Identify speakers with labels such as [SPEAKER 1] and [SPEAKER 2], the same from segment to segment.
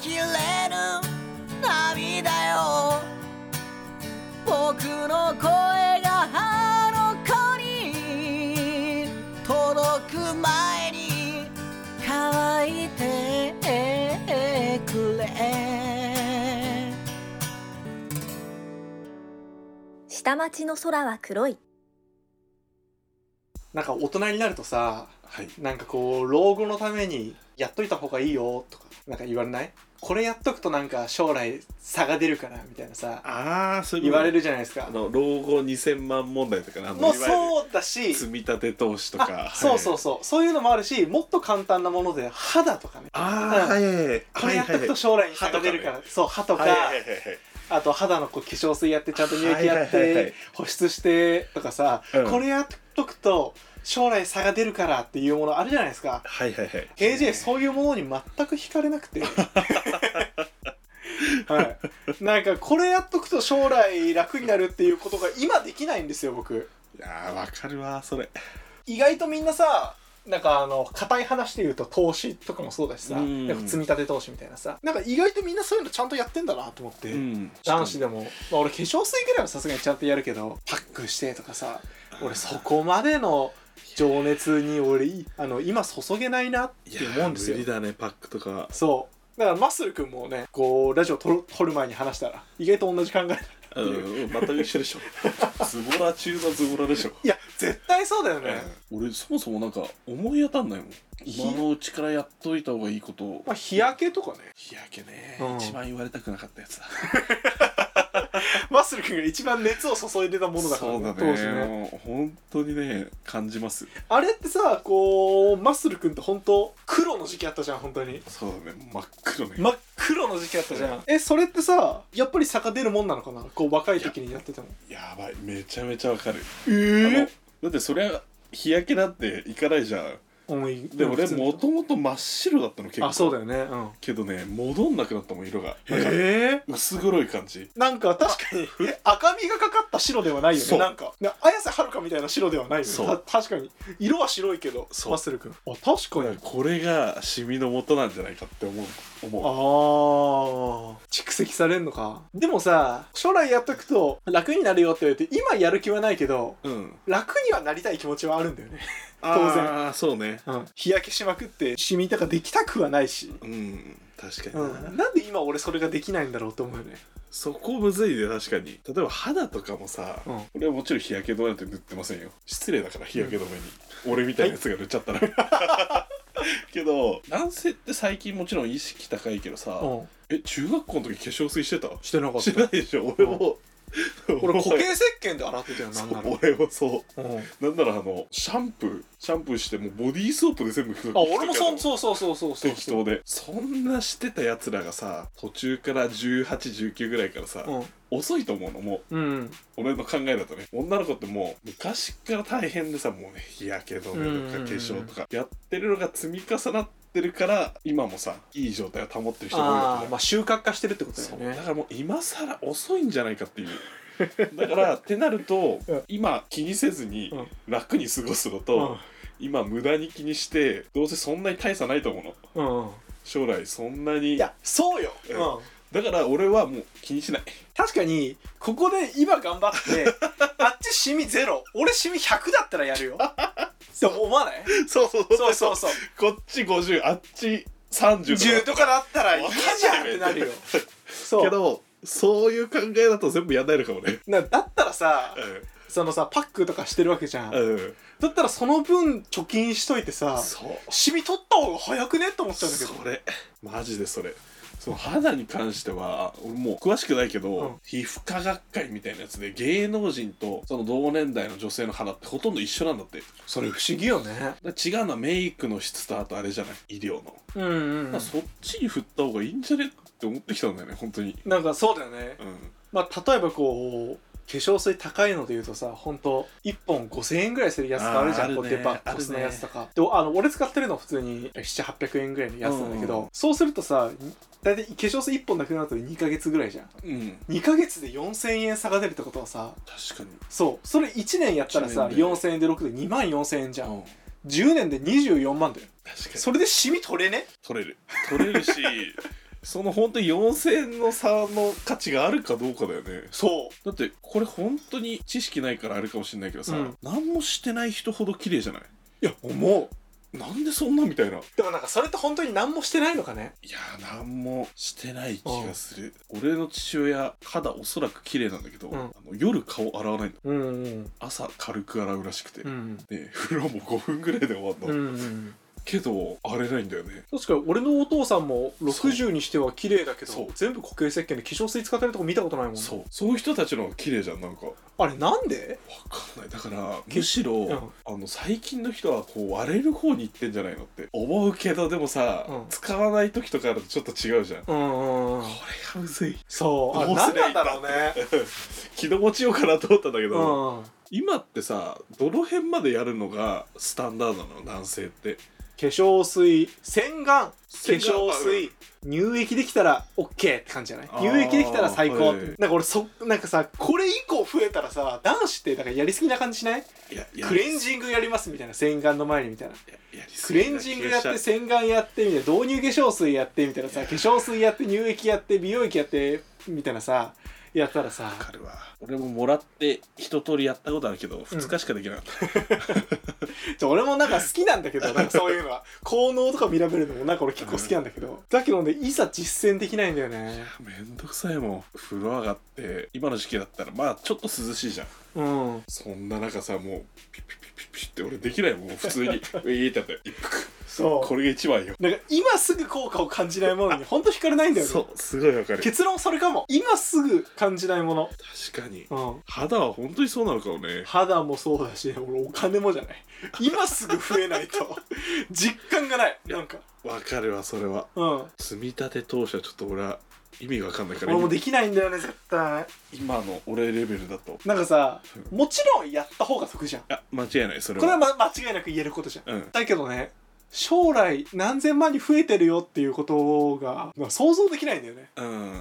[SPEAKER 1] きれぬ涙よ僕の声があの子に届く前に乾いてくれ
[SPEAKER 2] 下町の空は黒い
[SPEAKER 3] なんか大人になるとさ
[SPEAKER 4] はい
[SPEAKER 3] なんかこう老後のためにやっといた方がいいよとかなんか言われないこれやっとくとなんか将来差が出るからみたいなさ
[SPEAKER 4] ああそういう
[SPEAKER 3] 言
[SPEAKER 4] こと
[SPEAKER 3] われるじゃないですか
[SPEAKER 4] あの老後2000万問題とかねあの
[SPEAKER 3] もう
[SPEAKER 4] いわゆる
[SPEAKER 3] そうだし
[SPEAKER 4] 積み立て投資とか、
[SPEAKER 3] あそうそう
[SPEAKER 4] う
[SPEAKER 3] そうそういうのもあるしもっと簡単なもので肌とかね
[SPEAKER 4] ああはいはいはい
[SPEAKER 3] これやっとくと将来に差が出るから、
[SPEAKER 4] はい
[SPEAKER 3] そう歯とか、
[SPEAKER 4] はいはいはいはい
[SPEAKER 3] あと肌のこう化粧水やってちゃんと乳液やっ
[SPEAKER 4] はいはいはいは
[SPEAKER 3] て
[SPEAKER 4] い
[SPEAKER 3] 保湿してとかさ、
[SPEAKER 4] うん
[SPEAKER 3] これやっとくと将来差が出るからっていうものあるじゃないですか
[SPEAKER 4] はいはいはい
[SPEAKER 3] AJ そういうものに全く惹かれなく てはいなんかこれやっとくと将来楽になるっていうことが今できないんですよ僕
[SPEAKER 4] いやーわかるわそれ
[SPEAKER 3] 意外とみんなさなんかあの硬い話で言うと投資とかもそうだしさ
[SPEAKER 4] うん
[SPEAKER 3] なんか積み立て投資みたいなさなんか意外とみんなそういうのちゃんとやってんだなと思って、
[SPEAKER 4] ん
[SPEAKER 3] 男子でも、まあ、俺化粧水ぐらいはさすがにちゃんとやるけどパックしてとかさ俺そこまでの情熱に俺いあの今注げないなっ
[SPEAKER 4] い
[SPEAKER 3] て
[SPEAKER 4] やー
[SPEAKER 3] 思うんですよ
[SPEAKER 4] 無理だねパックとか
[SPEAKER 3] そうだからマッスル君もねこうラジオ撮る撮る前に話したら意外と同じ考えだ
[SPEAKER 4] うん全く一緒でしょ ズボラ中のズボラでしょ
[SPEAKER 3] いや絶対そうだよね、
[SPEAKER 4] 俺そもそもなんか思い当たんないもん
[SPEAKER 3] ひ
[SPEAKER 4] 今のうちからやっといた方がいいこと
[SPEAKER 3] まあ、日焼けとかね
[SPEAKER 4] 日焼けね、
[SPEAKER 3] うん
[SPEAKER 4] 一番言われたくなかったやつだ
[SPEAKER 3] マッスル君が一番熱を注いでたものだから
[SPEAKER 4] そうだね
[SPEAKER 3] 当時ね
[SPEAKER 4] もう本当にね感じます
[SPEAKER 3] あれってさこうマッスル君って本当黒の時期あったじゃん本当に
[SPEAKER 4] そうだね真っ黒ね、
[SPEAKER 3] 真っ黒の時期あったじゃんえそれってさやっぱり差が出るもんなのかなこう若い時にやってても
[SPEAKER 4] やばいめちゃめちゃわかる、
[SPEAKER 3] え
[SPEAKER 4] あのだってそりゃ日焼けなんていかないじゃん
[SPEAKER 3] うん
[SPEAKER 4] で俺
[SPEAKER 3] 普通
[SPEAKER 4] もともと真っ白だったの結構
[SPEAKER 3] あそうだよねうん
[SPEAKER 4] けどね戻んなくなったもん色がなんか
[SPEAKER 3] え
[SPEAKER 4] 薄黒い感じ
[SPEAKER 3] なんか確かに赤みがかかった白ではないよ
[SPEAKER 4] そ
[SPEAKER 3] ね
[SPEAKER 4] う
[SPEAKER 3] なんかね綾瀬はるかみたいな白ではないよね
[SPEAKER 4] そう
[SPEAKER 3] た確かに色は白いけど
[SPEAKER 4] そう
[SPEAKER 3] マッスル君あ確かに
[SPEAKER 4] これがシミの元なんじゃないかって思う
[SPEAKER 3] あ
[SPEAKER 4] 思う
[SPEAKER 3] ー蓄積されんのかでもさ将来やっとくと楽になるよって言われて今やる気はないけど
[SPEAKER 4] うん
[SPEAKER 3] 楽にはなりたい気持ちはあるんだよね、
[SPEAKER 4] ああそうね
[SPEAKER 3] うん、日焼けしまくってシミとかできたくはないし
[SPEAKER 4] うん確かにな、
[SPEAKER 3] うん、なんで今俺それができないんだろうと思うよね
[SPEAKER 4] そこむずいね確かに例えば肌とかもさ、
[SPEAKER 3] うん
[SPEAKER 4] 俺はもちろん日焼け止めなんて塗ってませんよ失礼だから日焼け止めに、俺みたいなやつが塗っちゃったら、 けど男性って最近もちろん意識高いけどさ、
[SPEAKER 3] うん
[SPEAKER 4] え中学校の時化粧水してた
[SPEAKER 3] してなか
[SPEAKER 4] してないでしょ俺も、
[SPEAKER 3] 俺固形石鹸で洗ってたよな
[SPEAKER 4] そ
[SPEAKER 3] んな
[SPEAKER 4] う
[SPEAKER 3] ら
[SPEAKER 4] 俺もそ
[SPEAKER 3] うんあ
[SPEAKER 4] うなんならあのシャンプーシャンプーしてもうボディーソープで全部拭く
[SPEAKER 3] 俺もそう
[SPEAKER 4] う
[SPEAKER 3] そうそうそうそうそう
[SPEAKER 4] 適当でそんなしてたやつらがさ途中から1819ぐらいからさ、遅いと思うのもう
[SPEAKER 3] うん、うん
[SPEAKER 4] 俺の考えだとね女の子ってもう昔から大変でさもうね日焼け止めと
[SPEAKER 3] う
[SPEAKER 4] か
[SPEAKER 3] ん
[SPEAKER 4] 化粧とかやってるのが積み重なってるから今もさいい状態を保ってる人が多いわ
[SPEAKER 3] あ
[SPEAKER 4] け
[SPEAKER 3] あ
[SPEAKER 4] だ
[SPEAKER 3] まあ収穫化してるってことだ
[SPEAKER 4] そ
[SPEAKER 3] よ
[SPEAKER 4] う
[SPEAKER 3] ね
[SPEAKER 4] だからもう今更遅いんじゃないかっていう だからってなると、
[SPEAKER 3] うん
[SPEAKER 4] 今気にせずに
[SPEAKER 3] うん
[SPEAKER 4] 楽に過ごすのと、今無駄に気にしてどうせそんなに大差ないと思う
[SPEAKER 3] う
[SPEAKER 4] の
[SPEAKER 3] ん、うん、
[SPEAKER 4] 将来そんなに
[SPEAKER 3] いやそうよ、
[SPEAKER 4] うん
[SPEAKER 3] うん、
[SPEAKER 4] だから俺はもう気にしない
[SPEAKER 3] 確かにここで今頑張って あっちシミゼロ俺シミ100だったらやる よでも思わない
[SPEAKER 4] そうそう
[SPEAKER 3] そうそうそう
[SPEAKER 4] こっち50あっち30と
[SPEAKER 3] 10と
[SPEAKER 4] か
[SPEAKER 3] かだったらいい
[SPEAKER 4] わかんない
[SPEAKER 3] じゃんってなるよそ
[SPEAKER 4] け
[SPEAKER 3] う
[SPEAKER 4] どそういう考えだと全部やんないのかもね
[SPEAKER 3] なだったらさ
[SPEAKER 4] う
[SPEAKER 3] そのさパックとかしてるわけじゃん、
[SPEAKER 4] ん、うん、
[SPEAKER 3] だったらその分貯金しといてさ
[SPEAKER 4] そう
[SPEAKER 3] シミ取った方が早くねって思っちゃうんだけど
[SPEAKER 4] それマジでそれその肌に関しては俺もう詳しくないけど、
[SPEAKER 3] うん
[SPEAKER 4] 皮膚科学会みたいなやつで芸能人とその同年代の女性の肌ってほとんど一緒なんだってだか
[SPEAKER 3] それ不思議よね
[SPEAKER 4] ら違うのはメイクの質とあとあれじゃない医療の、だか
[SPEAKER 3] うんうん
[SPEAKER 4] らそっちに振った方がいいんじゃねって思ってきたんだよね本当に
[SPEAKER 3] なんかそうだよね
[SPEAKER 4] うん
[SPEAKER 3] まあ例えばこう化粧水高いので言うとさ本当1本5000円ぐらいするやつがあるじゃん
[SPEAKER 4] あーあるね
[SPEAKER 3] こうデパッコスのやつとか、であの俺使ってるのは普通に700800円ぐらいのやつなんだけど、
[SPEAKER 4] うん
[SPEAKER 3] そうするとさ大体化粧水1本なくなると2ヶ月ぐらいじゃん
[SPEAKER 4] うん
[SPEAKER 3] 2ヶ月で4000円差が出るってことはさ
[SPEAKER 4] 確かに
[SPEAKER 3] そうそれ1年やったらさ
[SPEAKER 4] 一年で
[SPEAKER 3] 4000円で6で2万4000円じゃん、
[SPEAKER 4] うん
[SPEAKER 3] 10年で24万だよ
[SPEAKER 4] 確かに
[SPEAKER 3] それでシミ取れね
[SPEAKER 4] 取れる取れるし その本当に4000の差の価値があるかどうかだよね
[SPEAKER 3] そ
[SPEAKER 4] だってこれ本当に知識ないからあれかもしれないけどさ、
[SPEAKER 3] うん
[SPEAKER 4] 何もしてない人ほど綺麗じゃないう
[SPEAKER 3] いや思
[SPEAKER 4] なんでそんなみたいないう
[SPEAKER 3] でもなんかそれって本当に何もしてないのかね
[SPEAKER 4] やー何もしてない気がする俺の父親肌おそらく綺麗なんだけど、
[SPEAKER 3] うん
[SPEAKER 4] あの夜顔洗わないの
[SPEAKER 3] うんうん
[SPEAKER 4] 朝軽く洗うらしくて、
[SPEAKER 3] うん
[SPEAKER 4] で風呂も5分ぐらいで終わるの、
[SPEAKER 3] うん
[SPEAKER 4] けど荒れないんだよね
[SPEAKER 3] 確かに俺のお父さんも60にしては綺麗だけ
[SPEAKER 4] そう
[SPEAKER 3] ど全部固形石鹸で化粧水使ってるとこ見たことないもん
[SPEAKER 4] そうそういう人たちの方が綺麗じゃんなんかわ
[SPEAKER 3] あれなんで
[SPEAKER 4] かんないだからむしろ、
[SPEAKER 3] ん
[SPEAKER 4] あの最近の人はこう割れる方に行ってんじゃないのって思うけどでもさ、
[SPEAKER 3] うん
[SPEAKER 4] 使わない時とかあるとちょっと違うじゃん、こ
[SPEAKER 3] うんうん
[SPEAKER 4] れがむずい
[SPEAKER 3] そうあれ
[SPEAKER 4] どうす
[SPEAKER 3] 何
[SPEAKER 4] りゃ
[SPEAKER 3] ない
[SPEAKER 4] い
[SPEAKER 3] ん
[SPEAKER 4] んだ
[SPEAKER 3] だろう ね
[SPEAKER 4] 気の持ちようかなと思ったんだけ
[SPEAKER 3] う
[SPEAKER 4] ど、
[SPEAKER 3] ん
[SPEAKER 4] 今ってさどの辺までやるのがスタンダードなの男性って
[SPEAKER 3] 化粧水洗顔化
[SPEAKER 4] 洗顔
[SPEAKER 3] 粧水乳液できたら OK って感じじゃない
[SPEAKER 4] あー
[SPEAKER 3] 乳液できたら最高、
[SPEAKER 4] はい
[SPEAKER 3] なんか俺そなんかさこれ以降増えたらさ男子ってなんかやりすぎな感じしない
[SPEAKER 4] いやや
[SPEAKER 3] クレンジングやりますみたいな洗顔の前にみたいな
[SPEAKER 4] ややりす
[SPEAKER 3] ク
[SPEAKER 4] ぎな
[SPEAKER 3] レンジングやっ
[SPEAKER 4] 気が
[SPEAKER 3] て
[SPEAKER 4] しち
[SPEAKER 3] 洗顔やってみたいな導入化粧水やってみたいなさ化粧水やって乳液やって美容液やってみたいなさやったらさ
[SPEAKER 4] ゃうわかるわ俺ももらって一通りやったことあるけど2日しかできなかった、
[SPEAKER 3] ちょ俺もなんか好きなんだけどなんかそういうのは効能とか見られるのもなんか俺結構好きなんだけどだけどねいざ実践できないんだよね
[SPEAKER 4] めんどくさいもん風呂上がって今の時期だったらまあちょっと涼しいじゃん
[SPEAKER 3] うん
[SPEAKER 4] そんな中さもうピッピッピッピッピッって俺できないもん普 通にウィーってやって一服
[SPEAKER 3] そう
[SPEAKER 4] これが一番よ
[SPEAKER 3] なんか今すぐ効果を感じないものにほんと惹かれないんだよね
[SPEAKER 4] そうすごいわかる
[SPEAKER 3] 結論それかも今すぐ感じないも
[SPEAKER 4] 確かに
[SPEAKER 3] の、うん、
[SPEAKER 4] 肌は本当にそうなのかもね
[SPEAKER 3] 肌もそうだし俺お金もじゃない今すぐ増えないと実感がないなんか
[SPEAKER 4] わかるわそれは
[SPEAKER 3] うん
[SPEAKER 4] 積み立て当初はちょっと俺は意味がわかんないから
[SPEAKER 3] 俺もできないんだよね絶対
[SPEAKER 4] 今の俺レベルだと
[SPEAKER 3] なんかさもちろんやった方が得じゃんこ
[SPEAKER 4] あ間違いないそれは
[SPEAKER 3] れは、ま、間違いなく言えることじゃん
[SPEAKER 4] うん
[SPEAKER 3] だけどね将来何千万に増えてるよっていうことが、まあ、想像できないんだよね
[SPEAKER 4] うん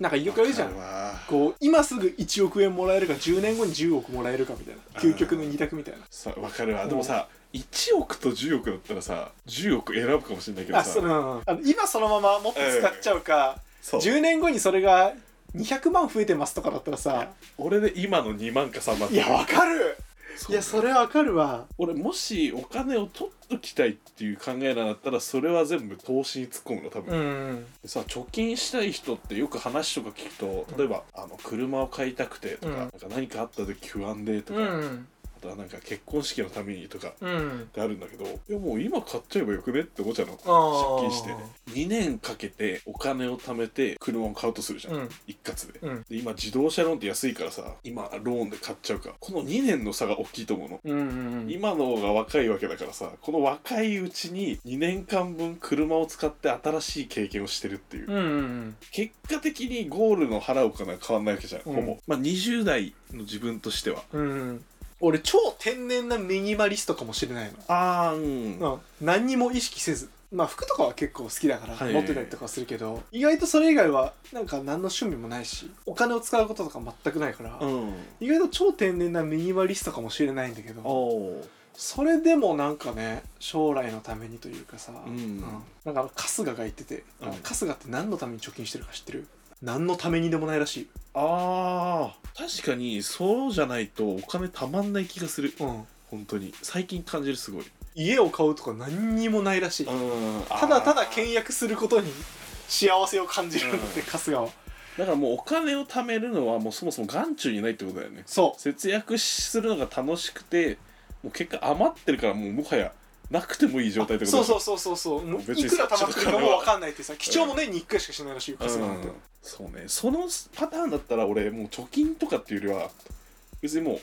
[SPEAKER 3] なんかよくあるじゃん
[SPEAKER 4] わかるわ
[SPEAKER 3] こう今すぐ1億円もらえるか10年後に10億もらえるかみたいな究極の二択みたいな
[SPEAKER 4] さわかるわでもさ1億と10億だったらさ10億選ぶかもしれないけど
[SPEAKER 3] あ
[SPEAKER 4] さ
[SPEAKER 3] そのあの今そのままもっと使っちゃうか、
[SPEAKER 4] そう
[SPEAKER 3] 10年後にそれが200万増えてますとかだったらさ
[SPEAKER 4] 俺で今の2万か3万
[SPEAKER 3] いやわかるいやそれわかるわ
[SPEAKER 4] 俺もしお金を取っときたいっていう考えなんだったらそれは全部投資に突っ込むの多分、
[SPEAKER 3] ん
[SPEAKER 4] でさ貯金したい人ってよく話とか聞くと例えば、あの車を買いたくてとか,、
[SPEAKER 3] うん
[SPEAKER 4] なんか何かあった時不安でとか、あ
[SPEAKER 3] ん
[SPEAKER 4] とはなんか結婚式のためにとかっ
[SPEAKER 3] うん
[SPEAKER 4] てあるんだけどいやもう今買っちゃえばよくねって思っちゃうの
[SPEAKER 3] あ
[SPEAKER 4] 借金して2年かけてお金を貯めて車を買うとするじゃん、
[SPEAKER 3] うん
[SPEAKER 4] 一括で,、
[SPEAKER 3] うん
[SPEAKER 4] で今自動車ローンって安いからさ今ローンで買っちゃうかこの2年の差が大きいと思うの
[SPEAKER 3] うんうん
[SPEAKER 4] 今の方が若いわけだからさこの若いうちに2年間分車を使って新しい経験をしてるっていう、
[SPEAKER 3] うんうん
[SPEAKER 4] 結果的にゴールの払うかな変わんないわけじゃん、
[SPEAKER 3] うん
[SPEAKER 4] ほぼまあ20代の自分としては
[SPEAKER 3] うん俺超天然なミニマリストかもしれない
[SPEAKER 4] あーうん
[SPEAKER 3] の、うん、何にも意識せずまあ服とかは結構好きだから
[SPEAKER 4] はい
[SPEAKER 3] 持ってたりとかするけど、意外とそれ以外はなんか何の趣味もないしお金を使うこととか全くないから、
[SPEAKER 4] うん
[SPEAKER 3] 意外と超天然なミニマリストかもしれないんだけど
[SPEAKER 4] おー
[SPEAKER 3] それでもなんかね将来のためにというかさ、
[SPEAKER 4] うん
[SPEAKER 3] なんかあの春日が言ってて、あの
[SPEAKER 4] うん
[SPEAKER 3] 春日って何のために貯金してるか知ってる何のためにでもないらしい、
[SPEAKER 4] あー確かにそうじゃないとお金たまんない気がする
[SPEAKER 3] うん、
[SPEAKER 4] 本当に最近感じるすごい
[SPEAKER 3] 家を買うとか何にもないらしい
[SPEAKER 4] ん
[SPEAKER 3] ただただ倹約することに幸せを感じるんだって、
[SPEAKER 4] うん
[SPEAKER 3] 春日は
[SPEAKER 4] だからもうお金を貯めるのはもうそもそも眼中にないってことだよね
[SPEAKER 3] そ
[SPEAKER 4] 節約するのが楽しくてもう結果余ってるからもうもはやなくてもいい状態って
[SPEAKER 3] う
[SPEAKER 4] こと
[SPEAKER 3] そう
[SPEAKER 4] だ
[SPEAKER 3] そうそうそうそうもう
[SPEAKER 4] 別に
[SPEAKER 3] いくら貯まってるかも分かんないってさ
[SPEAKER 4] ち
[SPEAKER 3] 貴
[SPEAKER 4] ょっと
[SPEAKER 3] 重もねに1回しかしないらしいよ春日なんて
[SPEAKER 4] ん、そうねそのパターンだったら俺もう貯金とかっていうよりは別にも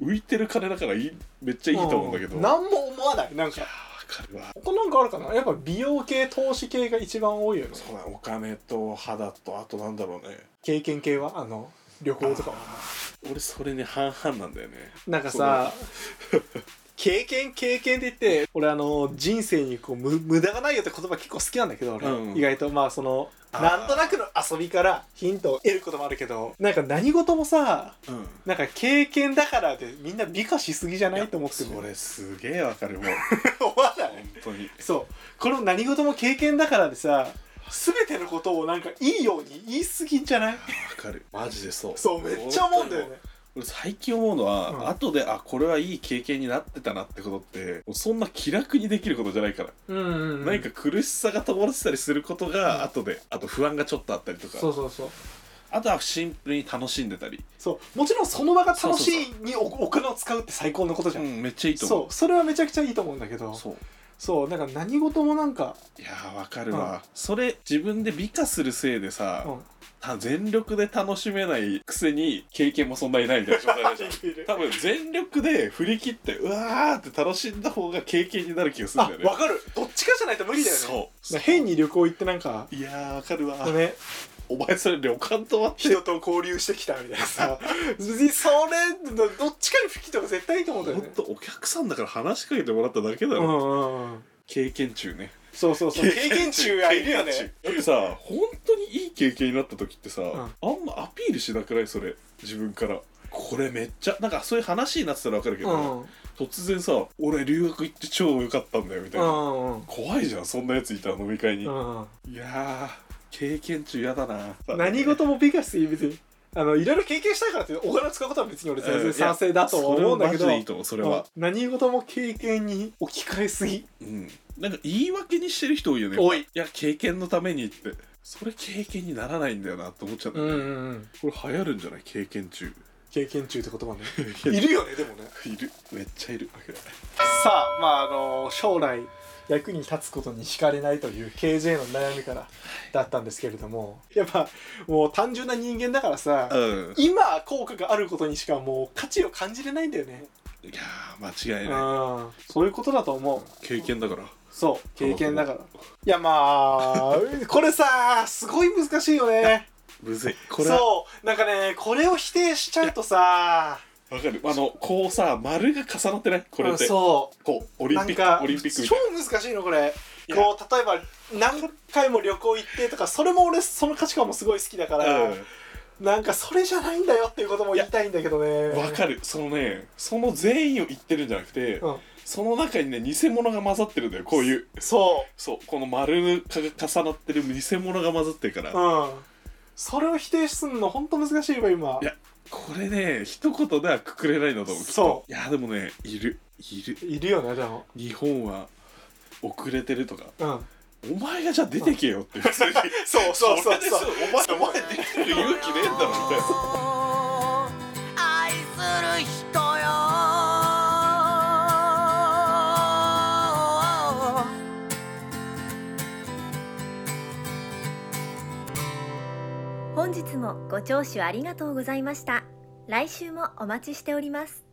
[SPEAKER 4] う浮いてる金だからいいめっちゃいいと思うんだけど、
[SPEAKER 3] う
[SPEAKER 4] いやわ
[SPEAKER 3] 何も思わないなんか
[SPEAKER 4] かるわ
[SPEAKER 3] ここなんかあるかなやっぱ美容系投資系が一番多いよね
[SPEAKER 4] そうだお金と肌とあとなんだろうね
[SPEAKER 3] 経験系はあの旅行とかは
[SPEAKER 4] 俺それね半々なんだよね
[SPEAKER 3] なんかさ経験経験って言って俺あの人生にこう無無駄がないよって言葉結構好きなんだけど俺、
[SPEAKER 4] うん
[SPEAKER 3] 意外とまあその
[SPEAKER 4] あー
[SPEAKER 3] なんとなくの遊びからヒントを得ることもあるけどなんか何事もさ
[SPEAKER 4] うん
[SPEAKER 3] なんか経験だからでみんな美化しすぎじゃないと思ってる
[SPEAKER 4] それすげえわかるもう
[SPEAKER 3] 思わな
[SPEAKER 4] 本
[SPEAKER 3] い
[SPEAKER 4] 当に
[SPEAKER 3] そうこの何事も経験だからでさ全てのことをなんかいいように言い過ぎんじゃ ない
[SPEAKER 4] かるマジでそう
[SPEAKER 3] そうめっちゃ思うんだよね
[SPEAKER 4] 俺最近思うのは、
[SPEAKER 3] うん
[SPEAKER 4] 後であこれはいい経験になってたなってことってそんな気楽にできることじゃないから、
[SPEAKER 3] うんうんうん
[SPEAKER 4] 何か苦しさが伴ってたりすることが後で、あと不安がちょっとあったりと
[SPEAKER 3] そ
[SPEAKER 4] か
[SPEAKER 3] うそうそう
[SPEAKER 4] あとはシンプルに楽しんでたり、
[SPEAKER 3] そうもちろんその場が楽し
[SPEAKER 4] そ
[SPEAKER 3] いにおお金を使うって最高のことじ
[SPEAKER 4] う
[SPEAKER 3] ゃん、
[SPEAKER 4] ん、めっちゃいいと
[SPEAKER 3] そ
[SPEAKER 4] 思
[SPEAKER 3] うそれはめちゃくちゃいいと思うんだけど
[SPEAKER 4] うそう
[SPEAKER 3] そうなんか何事もなんか、
[SPEAKER 4] いやーわかるわ、
[SPEAKER 3] うん
[SPEAKER 4] それ自分で美化するせいでさ、
[SPEAKER 3] うん、
[SPEAKER 4] た全力で楽しめないくせに経験もそんなにないみたいな状態 でし
[SPEAKER 3] いる
[SPEAKER 4] ょ多分全力で振り切ってうわーって楽しんだ方が経験になる気がする
[SPEAKER 3] あ
[SPEAKER 4] んだよね
[SPEAKER 3] わかるどっちかじゃないと無理だよね
[SPEAKER 4] そう
[SPEAKER 3] 変に旅行行ってなんか
[SPEAKER 4] いやーわかるわ、
[SPEAKER 3] ね
[SPEAKER 4] お前それ旅館とはって
[SPEAKER 3] 人と交流してきたみたいなさ別にそれどどっちかに吹きとか絶対いいと思うんだよ
[SPEAKER 4] 本
[SPEAKER 3] ね
[SPEAKER 4] 当お客さんだから話しかけてもらっただけ
[SPEAKER 3] う
[SPEAKER 4] だろ、
[SPEAKER 3] んうんうん
[SPEAKER 4] 経験中ね
[SPEAKER 3] そうそうそう経験中がいるよね
[SPEAKER 4] 経験中だってさ本当にいい経験になった時ってさ、あんまアピールしなくないそれ自分からこれめっちゃなんかそういう話になってたらわかるけ
[SPEAKER 3] う
[SPEAKER 4] ど、
[SPEAKER 3] んうん
[SPEAKER 4] 突然さ「俺留学行って超良かったんだよ」みたいな、
[SPEAKER 3] うん
[SPEAKER 4] 怖いじゃんそんなやついたら飲み会に、
[SPEAKER 3] うんうん
[SPEAKER 4] いやー経験中やだな
[SPEAKER 3] 何事も美化しすぎ別にあのいろいろ経験したいからってお金を使うことは別に俺全然賛成だとは思うんだけど
[SPEAKER 4] それはマジでいいと思うそれは、
[SPEAKER 3] うん何事も経験に置き換えすぎ
[SPEAKER 4] うん、なんか言い訳にしてる人多いよね
[SPEAKER 3] 多い
[SPEAKER 4] いや経験のためにってそれ経験にならないんだよなって思っちゃうんだ
[SPEAKER 3] う
[SPEAKER 4] よ
[SPEAKER 3] ん
[SPEAKER 4] ね、
[SPEAKER 3] うんうん
[SPEAKER 4] これ流行るんじゃない経験中
[SPEAKER 3] 経験中って言葉ね
[SPEAKER 4] いや
[SPEAKER 3] いるよねでもね
[SPEAKER 4] いるめっちゃいる
[SPEAKER 3] さあまああの将来役に立つことに惹かれないという KJ の悩みからだったんですけれどもやっぱもう単純な人間だからさ、
[SPEAKER 4] うん
[SPEAKER 3] 今効果があることにしかもう価値を感じれないんだよね、
[SPEAKER 4] いやー間違いない
[SPEAKER 3] うん、そういうことだと思う
[SPEAKER 4] 経験だから
[SPEAKER 3] そう経験だからいやまあこれさすごい難しいよね
[SPEAKER 4] むずいこれは
[SPEAKER 3] そうなんかねこれを否定しちゃうとさ
[SPEAKER 4] わかるあのこうさ丸が重なってないこれって、
[SPEAKER 3] うんそう
[SPEAKER 4] こうオリン
[SPEAKER 3] な
[SPEAKER 4] ピ
[SPEAKER 3] ん
[SPEAKER 4] ッ
[SPEAKER 3] か
[SPEAKER 4] クオリンピックみた
[SPEAKER 3] 超
[SPEAKER 4] い
[SPEAKER 3] 難しいのこれ
[SPEAKER 4] いや
[SPEAKER 3] こう例えば何回も旅行行ってとかそれも俺その価値観もすごい好きだから、
[SPEAKER 4] な
[SPEAKER 3] なんかそれじゃないんだよっていうことも言いたいんだけどね
[SPEAKER 4] うんわかるそのねその全員を言ってるんじゃなくて、
[SPEAKER 3] うん
[SPEAKER 4] その中にね偽物が混ざってるんだよこういう
[SPEAKER 3] そ
[SPEAKER 4] そうこの丸が重なってる偽物が混ざってるから、
[SPEAKER 3] ううんそれを否定するの本当難しいわ今
[SPEAKER 4] いやこれね一言ではくくれないのと思うきっと
[SPEAKER 3] そう
[SPEAKER 4] いやでもねいるいる
[SPEAKER 3] いるよねでも
[SPEAKER 4] 日本は遅れてるとか
[SPEAKER 3] うん
[SPEAKER 4] お前がじゃあ出てけよって普通に
[SPEAKER 3] そうそうそう
[SPEAKER 4] れで
[SPEAKER 3] そう
[SPEAKER 4] すお前お前出てる勇気ねえんだろみたいな
[SPEAKER 1] 愛する人よ
[SPEAKER 2] 本日もご聴取ありがとうございました来週もお待ちしております